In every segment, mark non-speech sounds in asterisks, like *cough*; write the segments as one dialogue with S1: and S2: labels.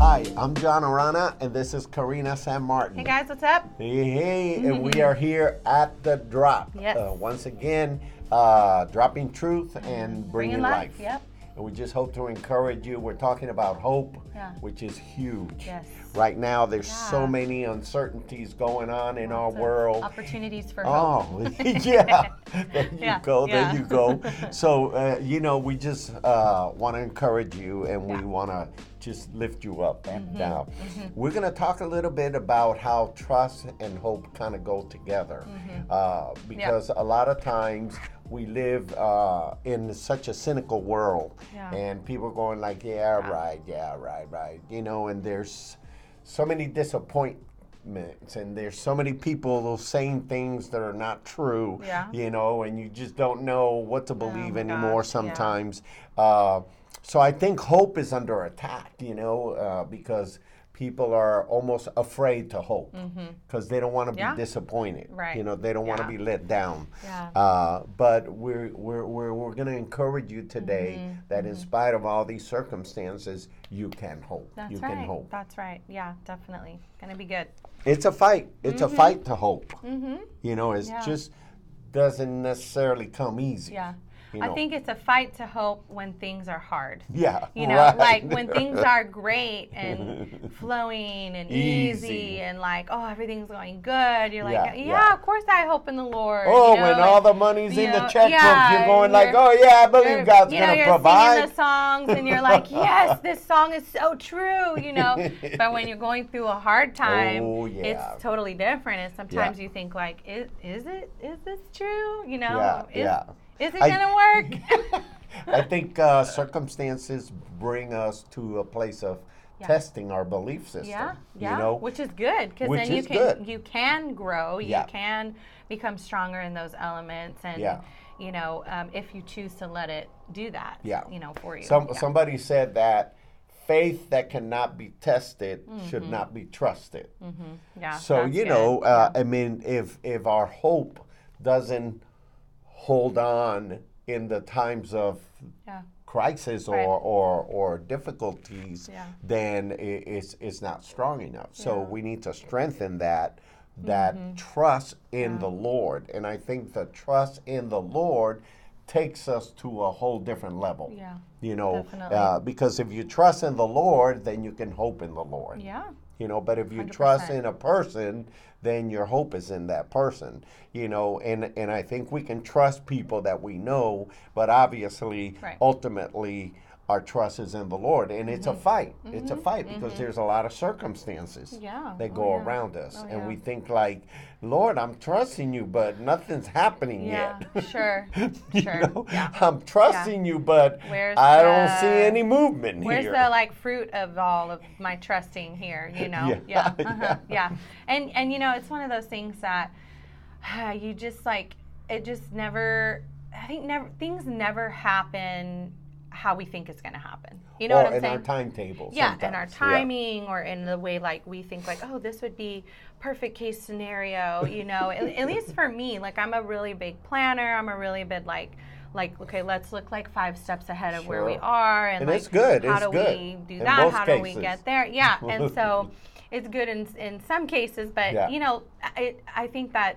S1: I'm John Arana, and this is Karina San Martin.
S2: Hey guys, what's up?
S1: Hey, hey, and we are here at the drop.
S2: Yes.
S1: Uh, once again, uh, dropping truth and bringing,
S2: Bringing life, yep.
S1: And we just hope to encourage you. We're talking about hope,
S2: Yeah.
S1: which is huge.
S2: Yes.
S1: Right now, there's so
S2: Yeah.
S1: many uncertainties going on in our
S2: Lots of
S1: world.
S2: Opportunities for hope.
S1: Oh, *laughs* yeah. There you
S2: Yeah,
S1: go. There
S2: yeah.
S1: you
S2: *laughs*
S1: go. So, uh, you know, we just uh, want to encourage you and we want to just lift you up and
S2: Mm-hmm,
S1: down. We're going to talk a little bit about how trust and hope kind of go together
S2: Mm-hmm.
S1: uh, because a lot of times we live uh, in such a cynical world
S2: Yeah.
S1: and people going like, yeah, right, yeah, right, right. You know, and there's so many disappointments and there's so many people saying things that are not true
S2: Yeah. Oh
S1: you know and you just don't know what to believe
S2: my
S1: anymore
S2: gosh, yeah.
S1: sometimes uh, so i think hope is under attack you know uh, because people are almost afraid to hope because they don't want to be
S2: Mm-hmm. Yeah.
S1: disappointed
S2: Right.
S1: you know they don't want to
S2: Yeah.
S1: be let down
S2: Yeah.
S1: uh, but we're, we're, we're, we're going to encourage you today
S2: Mm-hmm.
S1: that in spite of all these circumstances you can hope
S2: That's
S1: you
S2: right.
S1: can hope
S2: That's right. Yeah, definitely. Gonna be good.
S1: it's a fight. It's a fight to hope. You know, it
S2: Mm-hmm. Yeah.
S1: just doesn't necessarily come easy.
S2: Yeah.
S1: You
S2: I
S1: know.
S2: think it's a fight to hope when things are hard.
S1: Yeah.
S2: You know,
S1: right. *laughs*
S2: like when things are great and flowing and easy.
S1: Easy.
S2: and like, oh, everything's going good. You're like,
S1: Yeah,
S2: yeah,
S1: yeah.
S2: of course I hope in the Lord. you
S1: Oh,
S2: know,
S1: when
S2: like,
S1: all the money's
S2: you
S1: in the
S2: know,
S1: checkbook,
S2: yeah,
S1: you're going like,
S2: you're-
S1: "Oh yeah, I
S2: you're-
S1: believe God's
S2: you know,
S1: gonna
S2: you're
S1: provide."
S2: singing the songs and you're
S1: *laughs*
S2: like, yes, this song is so true, you know. but when you're going through
S1: *laughs*
S2: a hard time,
S1: Oh, yeah.
S2: it's totally different. And sometimes you think like, is, is it? Is this true? You know?
S1: Yeah,
S2: is,
S1: yeah.
S2: Is it
S1: I- *laughs*
S2: gonna work? *laughs*
S1: I think uh, circumstances bring us to a place of
S2: Yeah.
S1: testing our belief system.
S2: yeah, yeah.
S1: You know,
S2: which is good because
S1: Which
S2: then you
S1: is
S2: can
S1: good.
S2: you can grow, you
S1: Yeah.
S2: can become stronger in those elements, and
S1: Yeah.
S2: you know um, if you choose to let it do that,
S1: Yeah.
S2: you know for you.
S1: Some,
S2: Yeah.
S1: Somebody said that faith that cannot be tested should not be trusted. So
S2: yeah, Mm-hmm. that's
S1: you
S2: good.
S1: know, uh, I mean, if if our hope doesn't hold on in the times of
S2: yeah.
S1: crisis or,
S2: Right.
S1: or or difficulties,
S2: Yeah.
S1: then i it's it's not strong enough. So we need to strengthen that that
S2: Mm-hmm.
S1: trust in the Lord, and I think the trust in the Lord takes us to a whole different level.
S2: Yeah.
S1: You know,
S2: Definitely.
S1: uh, because if you trust in the Lord, then you can hope in the Lord.
S2: Yeah.
S1: You know, but if you trust
S2: 100%.
S1: in a person, then your hope is in that person. You know, and and I think we can trust people that we know, but obviously,
S2: Right.
S1: ultimately, our trust is in the Lord, and it's
S2: Mm-hmm.
S1: a fight. It's a fight because there's a lot of circumstances
S2: Yeah.
S1: that
S2: Oh,
S1: go
S2: yeah.
S1: around us,
S2: Oh,
S1: and
S2: yeah.
S1: we think like, Lord, I'm trusting you, but nothing's happening
S2: Yeah.
S1: yet. *laughs*
S2: Sure.
S1: You
S2: Sure.
S1: know?
S2: Yeah.
S1: I'm trusting you, but
S2: Where's
S1: I don't
S2: the-
S1: see any movement
S2: Where's
S1: here.
S2: the like fruit of all of my trusting here? You know,
S1: Yeah.
S2: yeah,
S1: *laughs*
S2: yeah, uh-huh, yeah. And and you know, it's one of those things that *sighs* you just like it just never. I think never things never happen how we think it's going to happen. You know
S1: or
S2: what I'm
S1: in
S2: saying?
S1: our timetable.
S2: yeah, and our
S1: sometimes. Yeah.
S2: timing, or in the way like we think, like, oh, this would be perfect case scenario, you know. at, at least for me, like I'm a really big planner. I'm a really big like, like okay, let's look like five steps ahead of where we
S1: Sure.
S2: are, and,
S1: And
S2: like,
S1: it's good,
S2: How
S1: it's
S2: do
S1: good
S2: we do
S1: in
S2: that?
S1: most
S2: How do we
S1: cases.
S2: get there? Yeah, and
S1: *laughs*
S2: so it's good in in some cases, but
S1: Yeah.
S2: you know, I I think that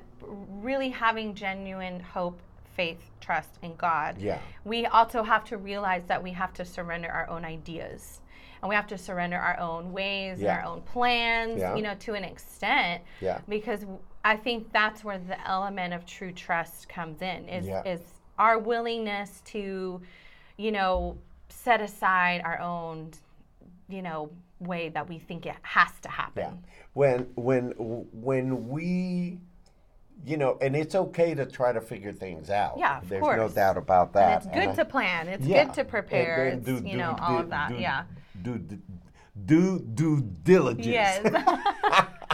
S2: really having genuine hope, faith, trust in God
S1: Yeah.
S2: we also have to realize that we have to surrender our own ideas and we have to surrender our own ways
S1: Yeah.
S2: and our own plans
S1: Yeah.
S2: you know to an extent
S1: Yeah.
S2: because w- i think that's where the element of true trust comes in is
S1: Yeah.
S2: is our willingness to you know set aside our own you know way that we think it has to
S1: Yeah.
S2: happen
S1: When when when we you know, and it's okay to try to figure things out.
S2: Yeah, of
S1: There's no
S2: course.
S1: doubt about that.
S2: and it's good
S1: I-
S2: to plan it's
S1: yeah.
S2: good to
S1: And
S2: prepare
S1: then
S2: it's,
S1: do-
S2: you
S1: do-
S2: know all
S1: do-
S2: of that
S1: do-
S2: yeah
S1: Do do do due diligence. *laughs*
S2: yes *laughs*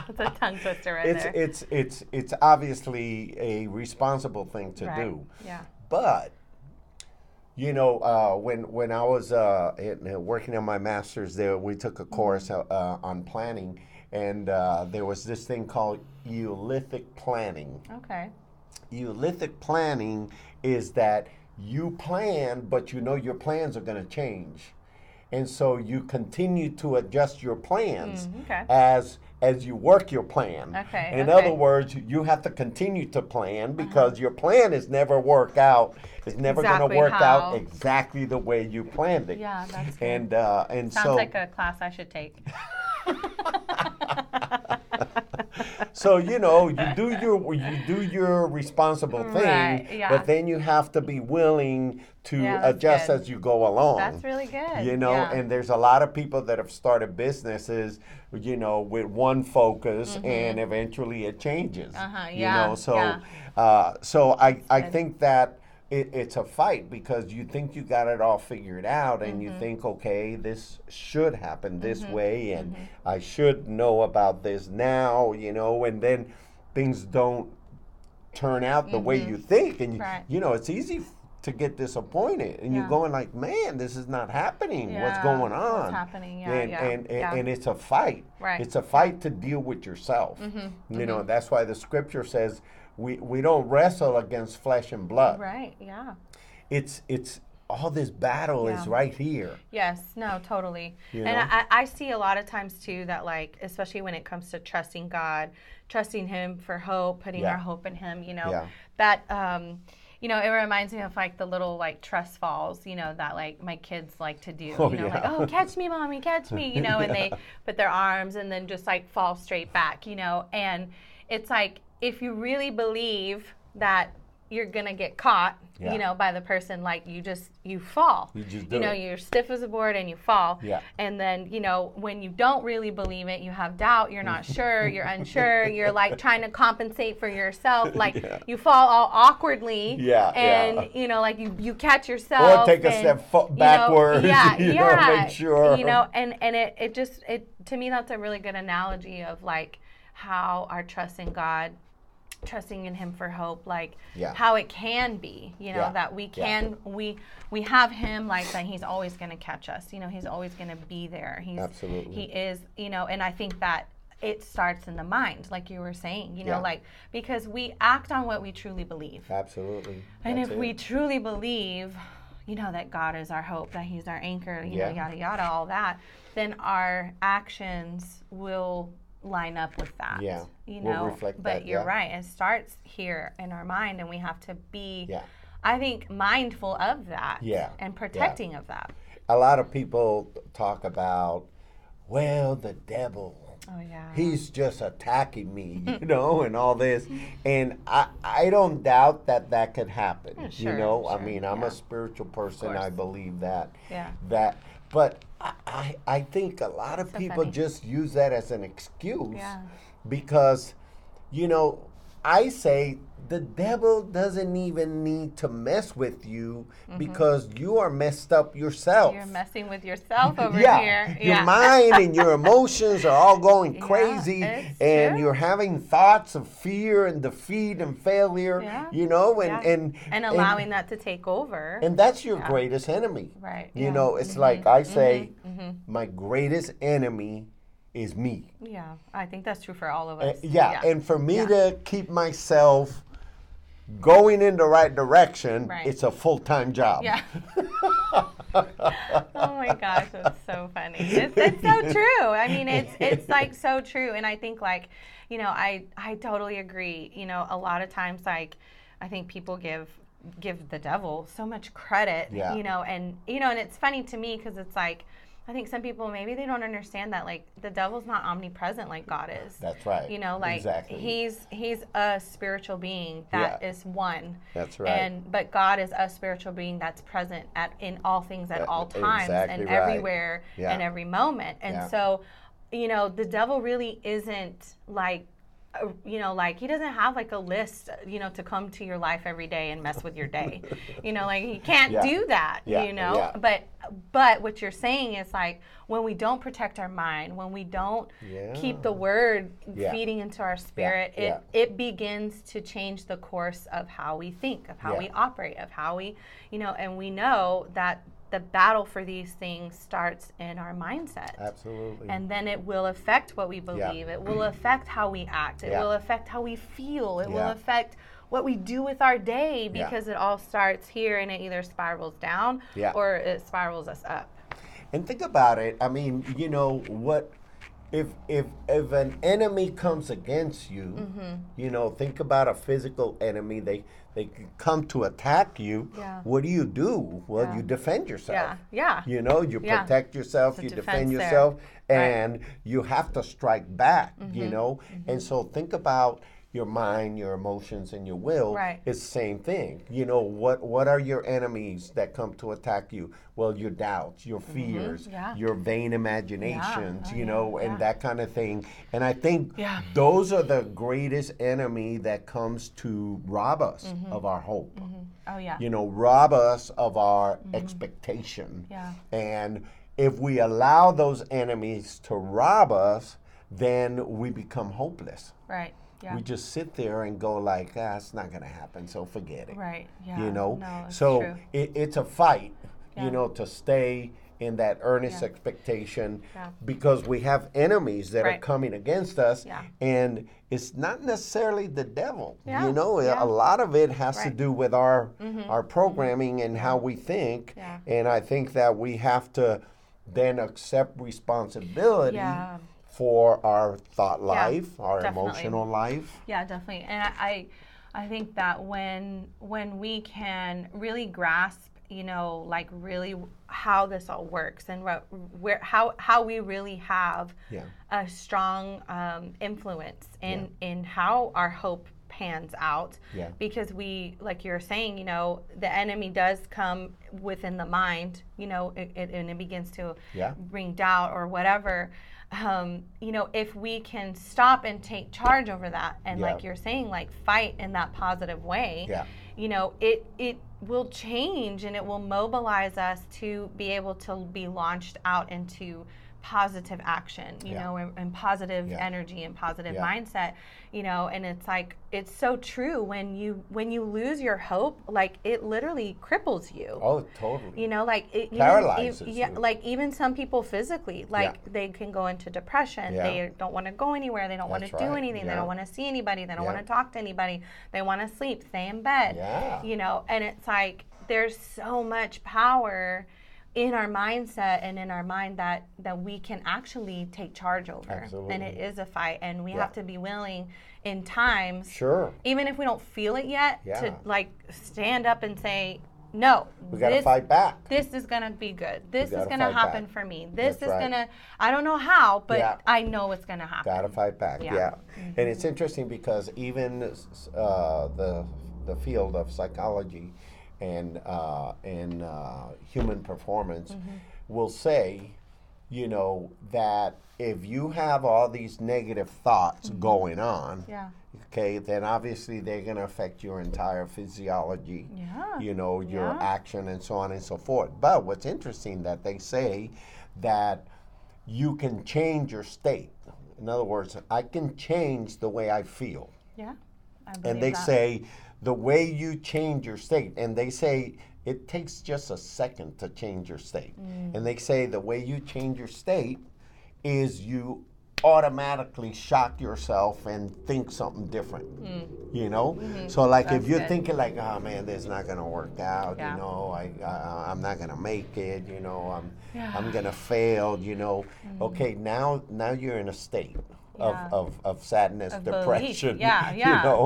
S2: it's a tongue twister right
S1: It's
S2: there
S1: it's it's it's obviously a responsible thing to
S2: Right.
S1: do.
S2: Yeah.
S1: But you know, uh, when when I was uh, in, uh, working on my master's, there we took a course uh, uh, on planning, and uh, there was this thing called eolithic planning.
S2: Okay.
S1: Eolithic planning is that you plan, but you know your plans are going to change, And so you continue to adjust your plans
S2: Mm, okay.
S1: as as you work your plan.
S2: Okay,
S1: In
S2: okay. Uh-huh.
S1: other words, you have to continue to plan because your plan is never work out. It's never going
S2: Exactly
S1: to work
S2: how.
S1: out exactly the way you planned it.
S2: Yeah, that's good.
S1: And uh, and
S2: Sounds
S1: so
S2: like a class I should
S1: *laughs*
S2: take.
S1: so you know you do your you do your responsible thing,
S2: Right, yeah.
S1: but then you have to be willing to
S2: Yeah, that's
S1: adjust
S2: good.
S1: as you go along.
S2: That's really good.
S1: You know,
S2: yeah.
S1: and there's a lot of people that have started businesses, you know, with one focus and eventually it changes.
S2: Mm-hmm. Uh-huh,
S1: You
S2: yeah,
S1: know, so
S2: yeah.
S1: uh, so I, I
S2: good.
S1: think that it, it's a fight because you think you got it all figured out and
S2: Mm-hmm.
S1: you think, okay, this should happen this way and
S2: Mm-hmm.
S1: I should know about this now, you know, and then things don't turn out the way you think and
S2: Mm-hmm. Right.
S1: you know it's easy f- to get disappointed and
S2: Yeah.
S1: you're going like man this is not happening what's
S2: Yeah,
S1: going
S2: what's
S1: on
S2: happening? Yeah,
S1: and,
S2: yeah,
S1: and, and,
S2: yeah.
S1: and it's a fight
S2: Right. Mm-hmm.
S1: it's a fight to deal with yourself you know that's why the scripture says we, we don't wrestle against flesh and blood
S2: right. Yeah.
S1: it's it's all this battle is
S2: Yeah.
S1: right here
S2: Yes, no, totally.
S1: You
S2: and
S1: know?
S2: I, I see a lot of times too that, like, especially when it comes to trusting God, trusting Him for hope, putting
S1: Yeah.
S2: our hope in Him, you know,
S1: Yeah.
S2: that, um, you know, it reminds me of like the little like trust falls, you know, that like my kids like to do.
S1: Oh,
S2: you know, like,
S1: yeah.
S2: oh, catch me, mommy, catch me, you know, and
S1: *laughs*
S2: they put their arms and then just like fall straight back, you know. And it's like if you really believe that you're gonna get caught,
S1: Yeah.
S2: you know, by the person, like you just you fall.
S1: You just do
S2: you know,
S1: it.
S2: you're stiff as a board and you fall.
S1: Yeah.
S2: And then, you know, when you don't really believe it, you have doubt,
S1: *laughs*
S2: you're not sure, you're unsure, you're like trying to compensate
S1: *laughs*
S2: for yourself. Like
S1: Yeah.
S2: you fall all awkwardly.
S1: Yeah,
S2: And,
S1: yeah.
S2: you know, like you, you catch yourself.
S1: or take a
S2: and,
S1: step fo-
S2: you know,
S1: backwards *laughs*
S2: yeah.
S1: you know
S2: yeah.
S1: make sure
S2: You know, and, and it, it just, it to me, that's a really good analogy of like how our trust in God trusting in him for hope like
S1: Yeah.
S2: how it can be you know
S1: Yeah.
S2: that we
S1: Yeah.
S2: can we we have him like that he's always going to catch us you know he's always going to be there he's
S1: Absolutely.
S2: he is you know and i think that it starts in the mind like you were saying you know
S1: Yeah.
S2: like because we act on what we truly believe
S1: absolutely
S2: and
S1: That's
S2: if
S1: it.
S2: we truly believe, you know, that God is our hope, that He's our anchor, you know,
S1: Yeah.
S2: yada, yada, all that, then our actions will line up with that.
S1: Yeah.
S2: You
S1: Will
S2: know,
S1: reflect
S2: but
S1: that,
S2: you're
S1: yeah.
S2: right. It starts here in our mind, and we have to be,
S1: Yeah.
S2: I think, mindful of that
S1: Yeah.
S2: and
S1: Yeah.
S2: protecting of that.
S1: a lot of people talk about well the devil
S2: Oh, yeah.
S1: he's just attacking me, *laughs* you know, and all this. And I, I don't doubt that that could happen.
S2: sure,
S1: you know,
S2: sure,
S1: I mean, I'm
S2: yeah.
S1: a spiritual person.
S2: course.
S1: I believe that.
S2: Yeah.
S1: That, but I, I, I think a lot of
S2: So
S1: people
S2: funny.
S1: just use that as an excuse
S2: Yeah.
S1: because, you know, I say the devil doesn't even need to mess with you because you are messed up yourself
S2: Mm-hmm. You're messing with
S1: *laughs*
S2: yourself over here.
S1: your mind and your emotions are all
S2: *laughs*
S1: going crazy,
S2: it's
S1: and
S2: true.
S1: you're having thoughts of fear and defeat and failure.
S2: Yeah,
S1: You know, and
S2: yeah.
S1: and
S2: and allowing that to take over.
S1: and, that's your greatest enemy.
S2: Right,
S1: You
S2: yeah. Mm-hmm.
S1: know, it's like I say, my greatest enemy is me.
S2: yeah. I think that's true for all of
S1: Uh,
S2: us.
S1: yeah, and for me to keep myself going in the right direction,
S2: Right.
S1: it's a full time job.
S2: Yeah. oh my gosh, that's so funny. It's, it's so true. I mean, it's it's like so true, and I think like, you know, I I totally agree. You know, a lot of times like, I think people give give the devil so much credit.
S1: Yeah.
S2: You know, and you know, and it's funny to me because it's like. I think some people maybe they don't understand that like the devil's not omnipresent like God is.
S1: That's right.
S2: You know, like
S1: Exactly.
S2: he's he's a spiritual being that is
S1: Yeah.
S2: one.
S1: That's right.
S2: And but God is a spiritual being that's present at in all things at
S1: That-
S2: all times
S1: e-, exactly
S2: and
S1: right.
S2: everywhere
S1: Yeah.
S2: and every moment. And
S1: Yeah.
S2: so, you know, the devil really isn't like uh, you know like he doesn't have like a list you know to come to your life every day and mess with your day
S1: *laughs*
S2: you know like he can't
S1: Yeah.
S2: do that
S1: Yeah,
S2: you know
S1: yeah.
S2: but but what you're saying is like when we don't protect our mind when we don't keep the word
S1: Yeah.
S2: feeding into our spirit
S1: yeah.
S2: it it begins to change the course of how we think of how
S1: Yeah.
S2: we operate of how we you know and we know that the battle for these things starts in our
S1: *laughs*
S2: mindset
S1: Absolutely.
S2: and then it will affect what we believe it will affect how we act it
S1: Yeah.
S2: will affect how we feel it will
S1: Yeah.
S2: affect what we do with our day
S1: Yeah.
S2: because it all starts here and it either spirals down
S1: Yeah.
S2: or it spirals us up
S1: And think about it. I mean, you know what? If if if an enemy comes against you,
S2: Mm-hmm.
S1: you know, think about a physical enemy. They they could come to attack you.
S2: Yeah.
S1: What do you do? Well,
S2: Yeah.
S1: you defend yourself.
S2: Yeah, yeah.
S1: You know, you
S2: Yeah.
S1: protect yourself.
S2: It's a
S1: You defend
S2: defense there.
S1: yourself, and you have to strike back. You
S2: Mm-hmm.
S1: know, and so think about. Your mind, your emotions, and your will
S2: Right.
S1: it's the same thing. You know, what what are your enemies that come to attack you? Well, your doubts, your fears,
S2: Mm-hmm. yeah. Oh,
S1: your vain imaginations, you know, and that kind of thing. And I think
S2: Yeah.
S1: those are the greatest enemy that comes to rob us
S2: Mm-hmm.
S1: of our hope.
S2: Oh yeah.
S1: You know, rob us of our expectation.
S2: Mm-hmm. Yeah.
S1: And if we allow those enemies to rob us, then we become hopeless.
S2: Right. Yeah.
S1: We just sit there and go like, ah, it's not gonna happen, so forget it
S2: right. Yeah.
S1: you know
S2: No, it's
S1: so
S2: true.
S1: it, it's a fight
S2: Yeah.
S1: you know to stay in that earnest
S2: Yeah.
S1: expectation
S2: Yeah.
S1: because we have enemies that are
S2: Right.
S1: coming against us
S2: Yeah.
S1: and it's not necessarily the devil
S2: Yeah,
S1: you know
S2: yeah.
S1: a lot of it has to
S2: Right. Mm-hmm.
S1: do with our our programming and how we think
S2: Yeah.
S1: and i think that we have to then accept responsibility
S2: Yeah.
S1: for our thought life our
S2: definitely.
S1: emotional life
S2: Yeah, definitely. And I, I I think that when when we can really grasp, you know, like really how this all works and what where how how we really have
S1: Yeah.
S2: a strong um, influence in in how our hope pans out
S1: Yeah.
S2: because we like you're saying you know the enemy does come within the mind you know it, it, and it begins to
S1: Yeah.
S2: bring doubt or whatever um, you know if we can stop and take charge over that and
S1: Yeah.
S2: like you're saying like fight in that positive way
S1: Yeah.
S2: you know it it will change and it will mobilize us to be able to be launched out into positive action you
S1: Yeah.
S2: know and, and positive
S1: Yeah.
S2: energy and positive
S1: Yeah.
S2: mindset you know and it's like it's so true when you when you lose your hope like it literally cripples you
S1: oh totally
S2: you know, like it even-
S1: Paralyzes
S2: ev- yeah,
S1: you.
S2: like even some people physically, like they can go into depression.
S1: Yeah.
S2: They don't want to go anywhere. They don't want to
S1: That's
S2: do
S1: right,
S2: anything. They
S1: yeah.
S2: don't want to see anybody. They don't
S1: Yeah.
S2: want to talk to anybody. They want to sleep, stay in bed.
S1: Yeah.
S2: You know, and it's like there's so much power in our mindset and in our mind that that we can actually take charge over. And
S1: Absolutely.
S2: it is a fight, and we
S1: Yeah.
S2: have to be willing in times
S1: sure
S2: even if we don't feel it yet,
S1: Yeah.
S2: to like stand up and say, no,
S1: we got to
S2: this-
S1: fight back
S2: This is gonna be good. This is
S1: gotta
S2: gonna
S1: fight
S2: happen
S1: back.
S2: for me. This
S1: That's
S2: is
S1: right.
S2: gonna. I don't know how, but
S1: Yeah.
S2: I know it's gonna happen.
S1: Gotta fight back.
S2: Yeah. Mm-hmm.
S1: Yeah, and it's interesting because even s- uh, the the field of psychology and uh, and uh, human performance
S2: Mm-hmm.
S1: will say, you know, that if you have all these negative thoughts
S2: Mm-hmm.
S1: going on,
S2: Yeah.
S1: okay, then obviously they're gonna affect your entire physiology
S2: Yeah.
S1: you know your
S2: Yeah.
S1: action and so on and so forth but what's interesting that they say that you can change your state in other words i can change the way i feel
S2: Yeah. I believe
S1: and they
S2: that.
S1: say the way you change your state and they say it takes just a second to change your state
S2: Mm.
S1: and they say the way you change your state is you automatically shock yourself and think something different you know so like if
S2: Mm. Mm-hmm. That's
S1: you're
S2: good.
S1: thinking like oh man this is not gonna work out
S2: Yeah.
S1: you know I, I i'm not gonna make it you know i'm
S2: Yeah. Mm.
S1: i'm gonna fail you know okay now now you're in a state
S2: Yeah.
S1: of, of, of sadness
S2: Of belief.
S1: depression *laughs*
S2: Yeah, yeah.
S1: you know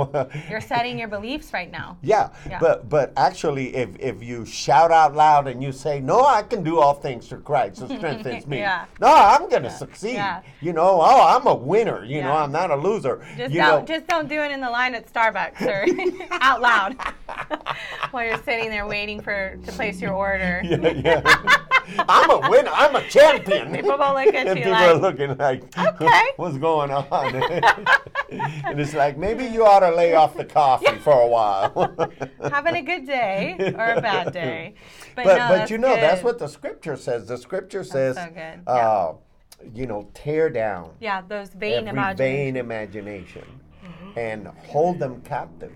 S2: you're setting your beliefs right now.
S1: *laughs* Yeah,
S2: Yeah.
S1: but but actually, if if you shout out loud and you say, "No, I can do all things through Christ who
S2: *laughs*
S1: strengthens me,"
S2: Yeah.
S1: no, I'm gonna succeed.
S2: Yeah.
S1: You know, oh, I'm a winner. You know,
S2: Yeah.
S1: I'm not a loser.
S2: Just
S1: you
S2: don't,
S1: know,
S2: just don't do it in the line at Starbucks or *laughs* out
S1: *laughs*
S2: loud while you're sitting there waiting for to place your order.
S1: *laughs* yeah, yeah.
S2: *laughs*
S1: I'm a winner. I'm a champion.
S2: People will look at
S1: *laughs* and
S2: you
S1: people
S2: like,
S1: are looking like, *laughs*
S2: "Okay."
S1: what's going on? *laughs* and it's like maybe you ought to lay off the coffee for a while. *laughs*
S2: having a good day or a bad day. But,
S1: but
S2: no,
S1: but
S2: that's
S1: you know that's
S2: good.
S1: what the scripture says. The scripture says,
S2: so good.
S1: uh, you know, tear down
S2: Yeah, those vain
S1: every
S2: imaginations.
S1: vain imagination and hold them captive.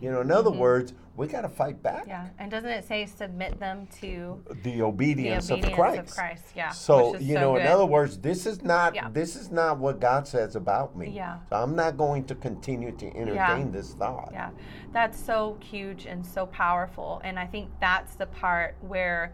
S1: You know, in other words, we got to fight back
S2: Mm-hmm. Yeah, and doesn't it say submit them to
S1: the
S2: the
S1: obedience,
S2: obedience
S1: of Christ.
S2: of Christ? Yeah.
S1: So
S2: which is
S1: you
S2: so
S1: know, in
S2: good.
S1: other words, this is not
S2: Yeah.
S1: this is not what God says about me.
S2: Yeah.
S1: So I'm not going to continue to entertain this thought.
S2: Yeah, that's so huge and so powerful. And I think that's the part where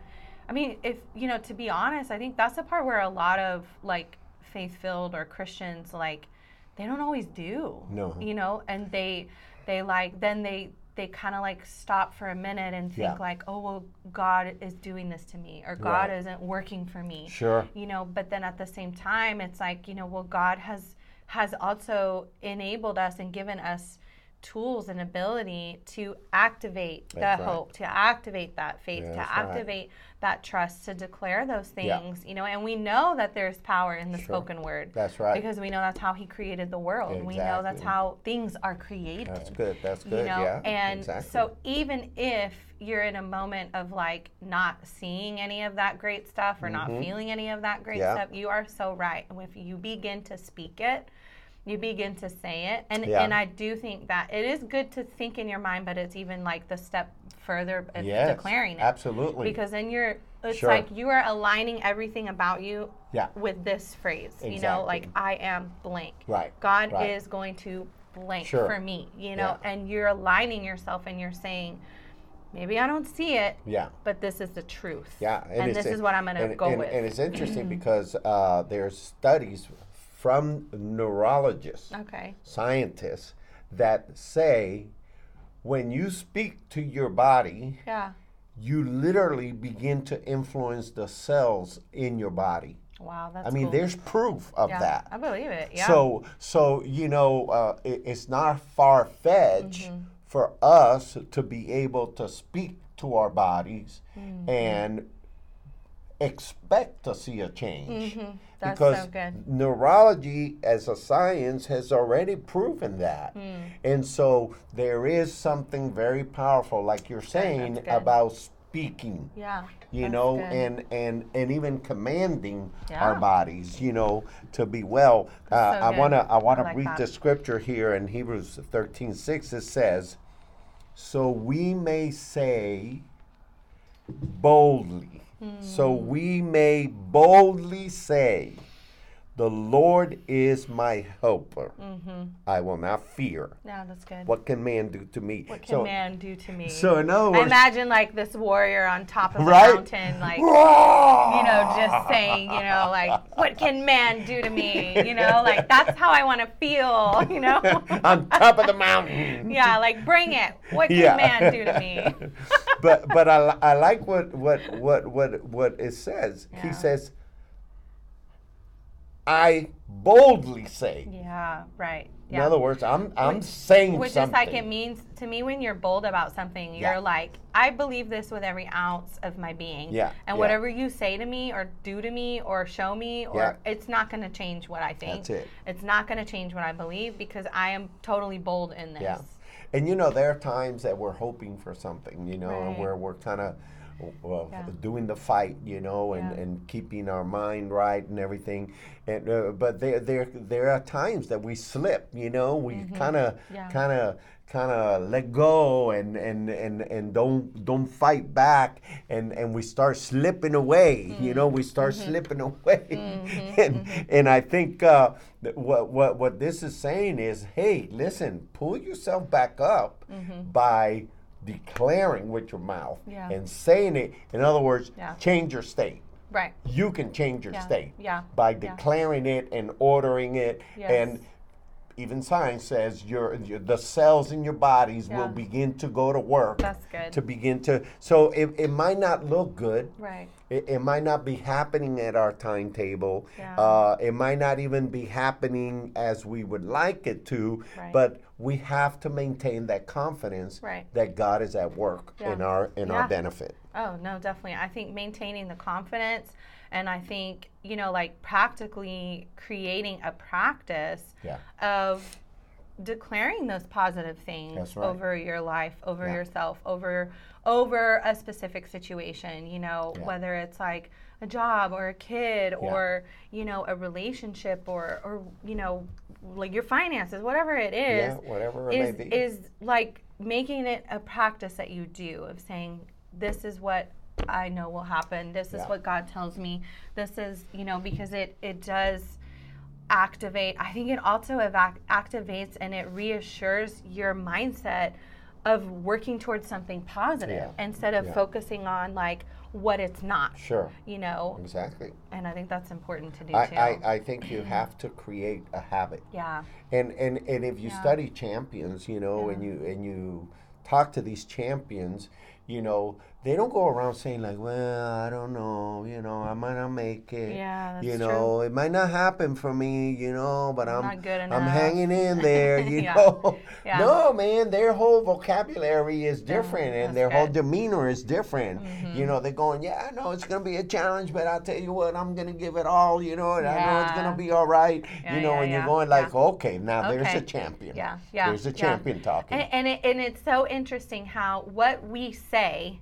S2: I mean, if you know, to be honest, I think that's the part where a lot of like faith-filled or Christians like they don't always do.
S1: No.
S2: You know, and they they like then they they kind of like stop for a minute and think
S1: Yeah.
S2: like, "Oh, well, God is doing this to me or God
S1: Right.
S2: isn't working for me."
S1: Sure.
S2: You know, but then at the same time, it's like, you know, well, God has has also enabled us and given us tools and ability to activate the
S1: That's right.
S2: hope, to activate that faith,
S1: Yeah,
S2: to
S1: that's right.
S2: activate that trust to declare those
S1: Yeah.
S2: things, you know, and we know that there's power in the spoken word.
S1: That's right.
S2: Because we know that's how he created the world. We know that's
S1: Exactly.
S2: how things are created.
S1: That's good. That's
S2: You
S1: good.
S2: know,
S1: yeah.
S2: and
S1: exactly.
S2: so even if you're in a moment of like not seeing any of that great stuff or not feeling any of that great
S1: Mm-hmm. Yeah.
S2: stuff, you are so right. And if you begin to speak it, you begin to say it. And
S1: Yeah.
S2: and I do think that it is good to think in your mind, but it's even like the step further of
S1: yes,
S2: declaring it
S1: Absolutely.
S2: because then you're it's
S1: Sure.
S2: like you are aligning everything about you
S1: yeah.
S2: with this phrase you know like
S1: Exactly.
S2: i am blank
S1: Right,
S2: god
S1: right.
S2: is going to blank
S1: Sure.
S2: for me you know
S1: Yeah.
S2: and you're aligning yourself and you're saying maybe i don't see it
S1: Yeah.
S2: but this is the truth
S1: Yeah,
S2: and, this
S1: it's-
S2: is what i'm going to
S1: and-
S2: go
S1: and-
S2: with
S1: And it's
S2: *clears throat*
S1: interesting because uh, there's studies from neurologists,
S2: okay
S1: scientists that say when you speak to your body,
S2: yeah
S1: you literally begin to influence the cells in your body.
S2: wow that's
S1: I mean,
S2: cool.
S1: there's proof of
S2: yeah,
S1: that.
S2: i believe it yeah
S1: So, so you know, uh, it, it's not far fetched
S2: Mm-hmm.
S1: for us to be able to speak to our bodies
S2: Mm-hmm.
S1: and expect to see a change.
S2: Mm-hmm. That's so
S1: Because
S2: good.
S1: neurology as a science has already proven that.
S2: Mm.
S1: And so there is something very powerful, like you're saying,
S2: good.
S1: about speaking
S2: yeah
S1: you
S2: that's
S1: know
S2: good.
S1: and and and even commanding
S2: Yeah.
S1: our bodies you know to be well uh,
S2: so
S1: i
S2: good.
S1: want to i want
S2: I
S1: to
S2: like
S1: read
S2: that.
S1: the scripture here in hebrews thirteen six. it says so we may say boldly so
S2: Hmm.
S1: we may boldly say the lord is my helper
S2: Mm-hmm.
S1: i will not fear
S2: yeah that's good
S1: what can man do to me
S2: what can
S1: so
S2: man do to me
S1: so in other
S2: I
S1: words
S2: imagine like this warrior on top of a
S1: *laughs* Right?
S2: mountain like
S1: you
S2: you know,
S1: *laughs*
S2: just saying, you know, like, what can man do to me? You know, like, that's how I want to feel, *laughs* you know?
S1: on top of the
S2: *laughs*
S1: mountain.
S2: yeah, like, bring it. What can
S1: Yeah.
S2: man do to me?
S1: *laughs* but but I, li- I like what what what what what it says.
S2: Yeah.
S1: He says, "I boldly say."
S2: Yeah, right.
S1: In
S2: Yeah.
S1: other words, I'm I'm saying
S2: Which
S1: something.
S2: is like it means to me when you're bold about something, you're
S1: Yeah.
S2: like, I believe this with every ounce of my being.
S1: Yeah,
S2: And
S1: yeah.
S2: whatever you say to me or do to me or show me or
S1: Yeah.
S2: it's not gonna change what I think.
S1: That's it.
S2: It's not gonna change what I believe because I am totally bold in this.
S1: Yeah. And you know, there are times that we're hoping for something, you know,
S2: Right.
S1: and where we're kind of well,
S2: Yeah.
S1: doing the fight, you know, and,
S2: Yeah.
S1: and keeping our mind right and everything. And uh, but there there there are times that we slip, you know, we
S2: Mm-hmm.
S1: kind of
S2: Yeah.
S1: kind of kind of let go and, and and and don't don't fight back and and we start slipping away you know we start
S2: Mm-hmm.
S1: slipping *laughs* away and and i think uh th- what what what this is saying is hey listen pull yourself back up by declaring with your mouth
S2: Mm-hmm. Yeah.
S1: and saying it in other words
S2: Yeah.
S1: change your state
S2: Right.
S1: you can change your
S2: Yeah,
S1: state
S2: yeah,
S1: by
S2: yeah.
S1: declaring it and ordering it
S2: Yes.
S1: and even science says your, your the cells in your bodies
S2: Yeah.
S1: will begin to go to work
S2: That's good.
S1: to begin to so it, it might not look good
S2: Right.
S1: it, it might not be happening at our timetable.
S2: Yeah.
S1: Uh, it might not even be happening as we would like it to.
S2: Right.
S1: But we have to maintain that confidence
S2: Right.
S1: that God is at work in
S2: Yeah.
S1: our in
S2: Yeah.
S1: our benefit.
S2: Oh, no, definitely. I think maintaining the confidence and I think, you know, like practically creating a practice
S1: Yeah.
S2: of declaring those positive things
S1: That's right.
S2: over your life, over yourself, over over a specific situation, you know,
S1: Yeah.
S2: whether it's like a job or a kid or, you know, a relationship or or you know, like your finances, whatever it is
S1: yeah, whatever it
S2: is
S1: may be.
S2: is like making it a practice that you do of saying this is what I know will happen. This is
S1: Yeah.
S2: what God tells me. This is you know because it it does activate. I think it also evac- activates and it reassures your mindset of working towards something positive
S1: Yeah.
S2: instead of
S1: Yeah.
S2: focusing on like what it's not.
S1: Sure.
S2: You know,
S1: Exactly.
S2: and I think that's important to do too.
S1: I, I, I think you have to create a habit.
S2: yeah.
S1: And and, and if you study champions, you know, and you and you talk to these champions, you know, they don't go around saying like, Well, I don't know, you know, I might not make it.
S2: Yeah, that's
S1: you
S2: true.
S1: know, it might not happen for me, you know, but I'm
S2: Not good
S1: I'm
S2: enough."
S1: hanging
S2: *laughs*
S1: in there, you
S2: Yeah.
S1: know.
S2: Yeah.
S1: No, man, their whole vocabulary is different and
S2: that's Mm-hmm.
S1: their whole
S2: good.
S1: demeanor is different. You know, they're going, Yeah, I know it's gonna be a challenge, but I'll tell you what, I'm gonna give it all, you know, and I know it's
S2: Yeah.
S1: gonna be all right.
S2: Yeah,
S1: you know,
S2: yeah,
S1: and you're
S2: yeah,
S1: going
S2: yeah.
S1: like, okay, now there's a
S2: Okay.
S1: champion.
S2: Yeah, yeah,
S1: There's a
S2: yeah.
S1: champion talking.
S2: And, and, it, and it's so interesting how what we say,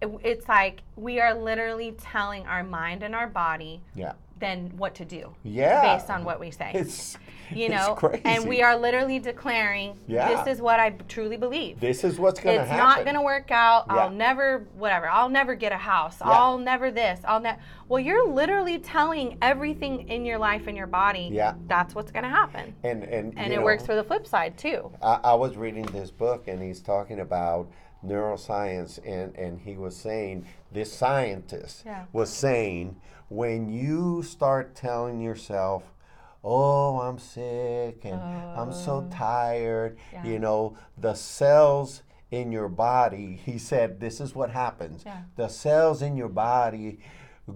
S2: it, it's like we are literally telling our mind and our body
S1: yeah.
S2: then what to do
S1: Yeah. *laughs*
S2: based on what we say.
S1: It's
S2: you
S1: it's
S2: know,
S1: crazy.
S2: and we are literally declaring
S1: Yeah.
S2: this is what I truly believe.
S1: This is what's gonna
S2: it's
S1: happen.
S2: not going to work out.
S1: Yeah.
S2: I'll never, whatever. I'll never get a house. I'll never this. I'll never. Well, you're literally telling everything in your life and your body.
S1: Yeah.
S2: That's what's going to happen.
S1: and and,
S2: And
S1: you
S2: it
S1: know,
S2: works for the flip side too.
S1: I, I was reading this book and he's talking about neuroscience and, and he was saying this scientist
S2: Yeah.
S1: was saying when you start telling yourself oh i'm sick and i'm
S2: Oh.
S1: so tired you know the cells in your body he said this is what happens
S2: Yeah.
S1: the cells in your body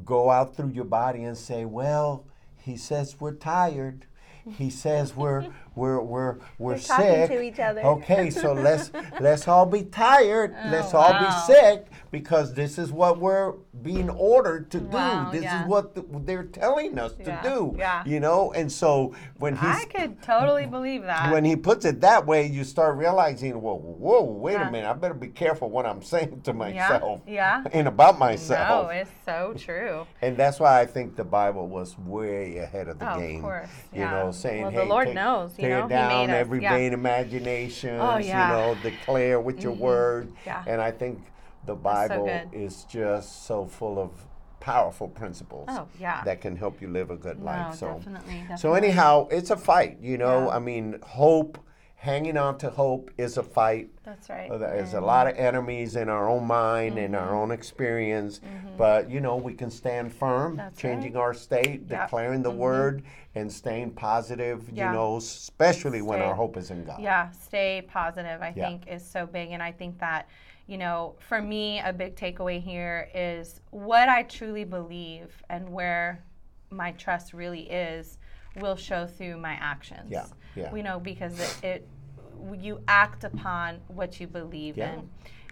S1: go out through your body and say well he says we're tired he says
S2: *laughs*
S1: we're we're we're we're
S2: We're
S1: sick.
S2: talking to each other.
S1: Okay,
S2: *laughs*
S1: so let's let's all be tired. let's all
S2: Oh, wow.
S1: be sick because this is what we're being ordered to do.
S2: Wow,
S1: this
S2: yeah.
S1: is what th- they're telling us
S2: Yeah,
S1: to do.
S2: yeah.
S1: You know, and so when
S2: I
S1: he's
S2: could totally believe that.
S1: when he puts it that way, you start realizing, whoa, whoa, wait
S2: Yeah.
S1: a minute, I better be careful what I'm *laughs* saying to myself *laughs*
S2: yeah.
S1: and about
S2: no,
S1: myself.
S2: it's so true.
S1: and that's why I think the Bible was way ahead of the
S2: Oh, of
S1: game.
S2: course,
S1: You
S2: yeah.
S1: know, saying,
S2: Well,
S1: "Hey,
S2: the Lord
S1: take-
S2: knows, you
S1: tear
S2: know, He made
S1: down
S2: us,
S1: every
S2: yeah. Oh,
S1: vain imagination.
S2: yeah. Mm-hmm.
S1: You know, declare with your word."
S2: Yeah.
S1: And I think the
S2: That's so
S1: Bible
S2: good.
S1: is just so full of powerful principles
S2: Oh, yeah.
S1: that can help you live a good life. So.
S2: definitely,
S1: So
S2: definitely.
S1: anyhow, it's a fight, you know.
S2: Yeah.
S1: I mean, hope, hanging on to hope is a fight.
S2: That's right.
S1: Uh, There's a lot of enemies in our own mind, in
S2: Mm-hmm.
S1: our own experience, but you know we can stand firm,
S2: That's Mm-hmm.
S1: changing our state, declaring the word, and staying positive.
S2: Yeah.
S1: You know, especially when our
S2: Stay-
S1: hope is in God.
S2: Yeah, stay positive, I
S1: Yeah.
S2: think, is so big. And I think that, you know, for me, a big takeaway here is what I truly believe and where my trust really is will show through my actions.
S1: Yeah, yeah.
S2: You know, because it, it you act upon what you believe
S1: Yeah.
S2: in.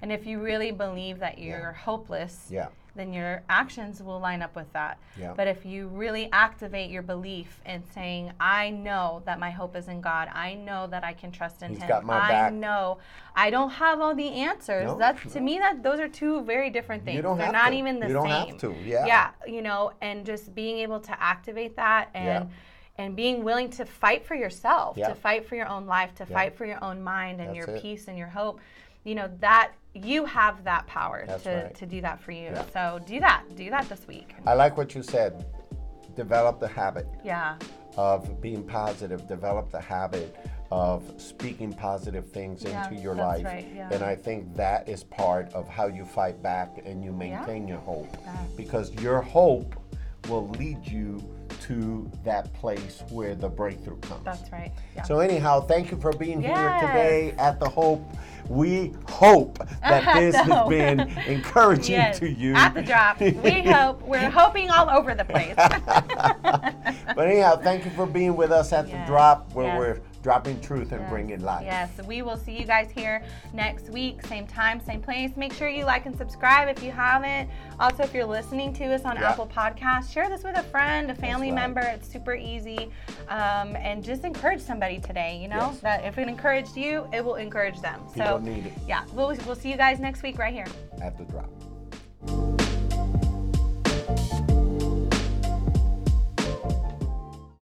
S2: And if you really believe that you're hopeless,
S1: Yeah.
S2: then your actions will line up with that.
S1: Yeah.
S2: But if you really activate your belief in saying, I know that my hope is in God, I know that I can trust in
S1: He's
S2: Him,
S1: got my
S2: I
S1: back."
S2: know I don't have all the answers.
S1: No,
S2: That's
S1: no.
S2: to me that those are two very different things.
S1: don't
S2: They're
S1: have
S2: not
S1: to.
S2: even the
S1: You
S2: same.
S1: don't have to, yeah.
S2: Yeah, you know, and just being able to activate that and and being willing to fight for yourself,
S1: Yeah.
S2: to fight for your own life, to fight for your own mind and
S1: That's
S2: your
S1: it.
S2: peace and your hope. You know, that you have that power
S1: That's
S2: to,
S1: right.
S2: to do that for you. So do that. Do that this week.
S1: I like what you said. Develop the habit.
S2: Yeah.
S1: of being positive, develop the habit of speaking positive things
S2: Yeah,
S1: into your
S2: that's
S1: life.
S2: right, yeah.
S1: And I think that is part of how you fight back and you maintain your hope. Because your hope will lead you to that place where the breakthrough comes.
S2: That's right. Yeah.
S1: So anyhow, thank you for being
S2: Yes.
S1: here today at the Hope. We
S2: *laughs*
S1: hope that
S2: At
S1: this
S2: the
S1: has
S2: Hope.
S1: been encouraging
S2: Yes,
S1: to you.
S2: At
S1: *laughs*
S2: the drop. We hope. We're hoping all over the place.
S1: But anyhow, thank you for being with us at
S2: Yes,
S1: the drop where
S2: yes.
S1: we're dropping truth and bringing life.
S2: yes, we will see you guys here next week, same time, same place. Make sure you like and subscribe if you haven't. Also, if you're listening to us on
S1: Yeah.
S2: Apple Podcasts, share this with a friend, a family
S1: right.
S2: member. It's super easy. Um, and just encourage somebody today, you know?
S1: Yes.
S2: That if it encouraged you, it will encourage them.
S1: People
S2: so
S1: need it.
S2: yeah, we'll, we'll see you guys next week right here.
S1: at the drop.